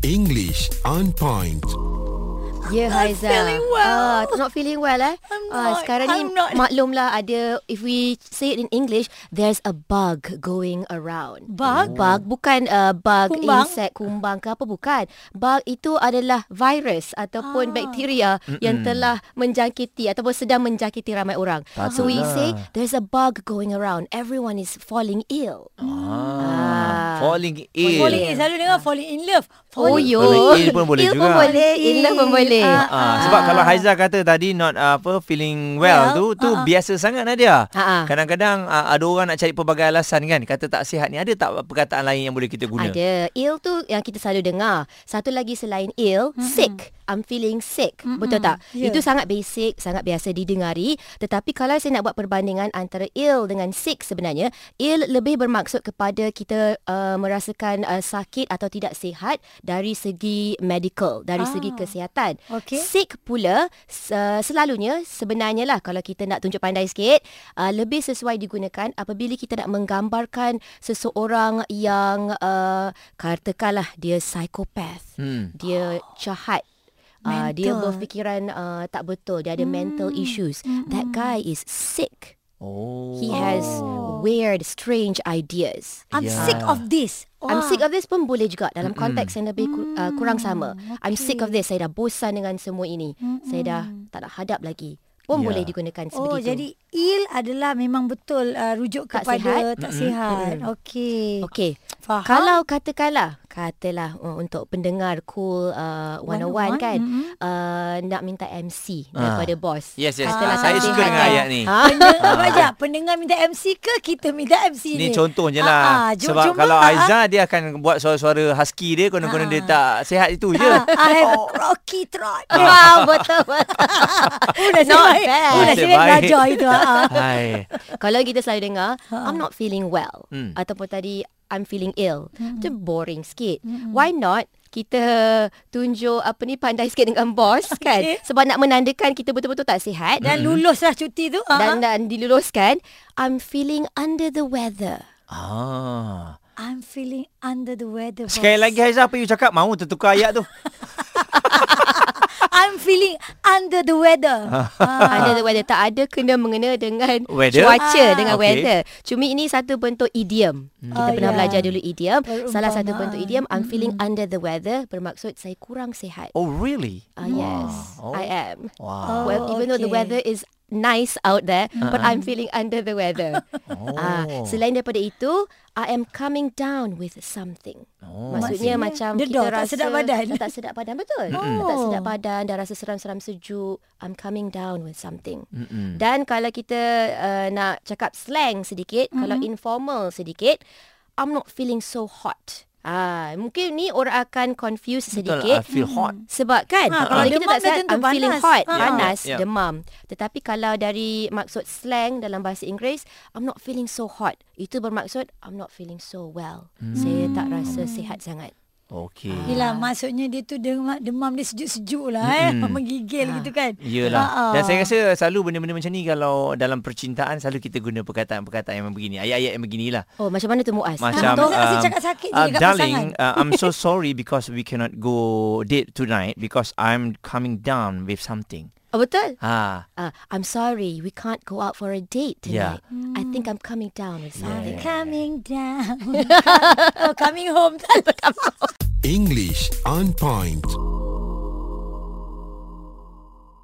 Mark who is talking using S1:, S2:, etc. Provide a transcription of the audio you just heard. S1: English on point.
S2: Ya yeah,
S3: I'm
S2: Haiza.
S3: feeling well.
S2: Ah, not feeling well eh?
S3: I'm
S2: Ah,
S3: not.
S2: sekarang ni
S3: I'm not.
S2: maklumlah ada if we say it in English, there's a bug going around.
S3: Bug? Oh.
S2: Bug bukan uh, bug
S3: Kumbang?
S2: insect kumbang ke apa bukan. Bug itu adalah virus ataupun
S3: Ah.
S2: bakteria yang telah menjangkiti ataupun sedang menjangkiti ramai orang.
S4: Patutlah.
S2: So we say there's a bug going around. Everyone is falling ill.
S4: Ah. Falling ill.
S3: Falling in Selalu dengar falling in love
S2: Oh,
S3: Falling-
S2: yo.
S4: Falling ill pun boleh
S2: ill
S4: juga.
S2: Pun boleh, in love pun boleh.
S3: Ah,
S4: Ah, sebab kalau Haiza kata tadi not uh, apa feeling well,
S3: Well,
S4: well tu tu
S3: ah, ah.
S4: biasa sangat Nadia.
S2: Ah, ah.
S4: Kadang-kadang uh, ada orang nak cari pelbagai alasan kan. Kata tak sihat ni ada tak perkataan lain yang boleh kita guna?
S2: Ada. Ill tu yang kita selalu dengar. Satu lagi selain ill, mm-hmm. sick. I'm feeling sick. Mm-hmm. Betul tak?
S3: Ya.
S2: Yeah. Itu sangat basic, sangat biasa didengari. Tetapi kalau saya nak buat perbandingan antara ill dengan sick sebenarnya, ill lebih bermaksud kepada kita uh, merasakan uh, sakit atau tidak sihat dari segi medical, dari segi
S3: Ah.
S2: kesihatan.
S3: Okey.
S2: Sick pula uh, selalunya sebenarnya lah kalau kita nak tunjuk pandai sikit uh, lebih sesuai digunakan apabila kita nak menggambarkan seseorang yang uh, katakanlah dia psikopath,
S4: Hmm.
S2: dia jahat. Uh, dia
S3: Oh. Mental. Hmm.
S2: berfikiran uh, tak betul, dia ada mental issues. That guy is sick.
S4: Oh.
S2: He has
S3: Oh.
S2: weird, strange ideas.
S3: I'm
S4: Ya.
S3: sick of this Ah.
S2: I'm
S3: Wah.
S2: sick of this pun boleh juga dalam konteks yang lebih kur- uh, kurang sama. I'm sick of this. Saya dah bosan dengan semua ini. Saya dah tak nak hadap lagi. Pun
S4: Ya.
S2: boleh digunakan sebegitu.
S3: Hmm. Oh jadi ill adalah memang betul uh, rujuk
S2: Tak
S3: kepada tak sihat. Okey.
S2: Okey.
S3: Faham.
S2: Kalau katakanlah, katalah uh, untuk pendengar cool uh, 101 kan,
S3: mm-mm.
S2: uh, nak minta MC
S4: Ah.
S2: daripada bos.
S4: Yes, yes.
S3: Ah,
S2: Katalah
S4: Saya
S2: tak
S4: suka
S2: sihat
S4: dengan
S2: kan.
S4: ayat ni.
S2: Ha?
S3: Penden- apa aja pendengar minta MC ke kita minta MC ni?
S4: Ni contoh
S3: Ah,
S4: je
S3: ah,
S4: lah.
S3: ju-
S4: Sebab
S3: cuma,
S4: kalau
S3: ah,
S4: Aiza dia akan buat suara-suara husky dia konon-konon dia tak sihat itu je.
S3: ah, I have a croaky throat.
S2: Wow, Ah, betul betul.
S3: Nasib
S2: Not
S3: baik.
S2: bad.
S3: Oh, nasib baik
S4: Nasib baik.
S3: belajar itu. ah.
S4: Hai.
S2: Kalau kita selalu dengar,
S3: Ha.
S2: I'm not feeling well.
S4: Hmm.
S2: Ataupun tadi, I'm feeling ill.
S3: Hmm.
S2: Itu boring sikit. Why not kita tunjuk apa ni pandai sikit dengan bos kan?
S3: Okey.
S2: Sebab nak menandakan kita betul-betul tak sihat.
S3: Dan lulus lah cuti tu. ah.
S2: dan, dan diluluskan, I'm feeling under the weather.
S4: Ah.
S3: I'm feeling under the weather. boss.
S4: Sekali lagi Aiza apa you cakap mau tertukar ayat tu.
S3: I'm feeling under the weather. Ah.
S2: Under the weather tak ada kena mengena dengan
S4: Weather?
S2: cuaca
S3: Ah.
S2: dengan
S4: Okey.
S2: weather. Cuma ini satu bentuk idiom. Kita
S3: Oh,
S2: pernah
S3: ya. lah.
S2: belajar dulu idiom.
S3: Perumpamaan.
S2: Salah satu bentuk idiom I'm feeling
S3: Hmm.
S2: under the weather bermaksud saya kurang sihat.
S4: Oh really?
S2: Ah yes,
S4: Wow. Oh.
S2: I am.
S4: Wow.
S2: well, even though the
S3: Hmm. Oh, okay.
S2: weather
S3: Uh-huh.
S2: is nice out there, but I'm feeling under the weather.
S4: Oh.
S2: Ah, selain daripada itu, I am coming down with something.
S4: Oh.
S2: Maksudnya macam
S3: Maksudnya dedah,
S2: kita
S3: tak
S2: rasa
S3: sedap badan.
S2: Tak sedap badan betul.
S3: Mm-mm.
S2: Tak
S3: Oh.
S2: sedap badan, dah rasa seram-seram sejuk. I'm coming down with something.
S4: Mm-mm.
S2: Hmm. Dan kalau kita uh, nak cakap slang sedikit,
S3: Hmm.
S2: mm-hmm. kalau informal sedikit, I'm not feeling so hot. Ah, mungkin ni orang akan confuse
S4: Betul,
S2: sedikit.
S4: I feel hot.
S2: Sebab kan
S3: Hmm. Ha,
S2: ha,
S3: kalau
S2: kalau kita
S3: demam
S2: tak sihat
S3: dah tentu
S2: I'm feeling
S3: panas.
S2: hot,
S3: Ha.
S2: panas,
S4: Yeah.
S2: demam. Tetapi kalau dari maksud slang dalam bahasa Inggeris, I'm not feeling so hot. Itu bermaksud I'm not feeling so well.
S4: Hmm.
S2: Saya tak rasa sihat sangat.
S4: Okay.
S3: Yelah maksudnya dia tu demam, demam dia sejuk-sejuk lah eh. Menggigil gitu kan.
S4: Yelah.
S3: Ah, ah.
S4: Dan saya rasa selalu benda-benda macam ni kalau dalam percintaan selalu kita guna perkataan-perkataan yang begini. Ayat-ayat yang beginilah.
S2: Oh, macam mana tu Muaz?
S4: Macam
S3: betul. Ah, Rasa cakap sakit je
S4: uh,
S3: dekat
S4: Darling uh, I'm so sorry Because we cannot go Date tonight Because I'm coming down With something
S2: Oh, betul?
S4: Ah,
S2: Uh, I'm sorry, we can't go out for a date tonight.
S4: Yeah.
S2: I think I'm coming down with something.
S3: I'm coming down. oh, coming home.
S1: English on point.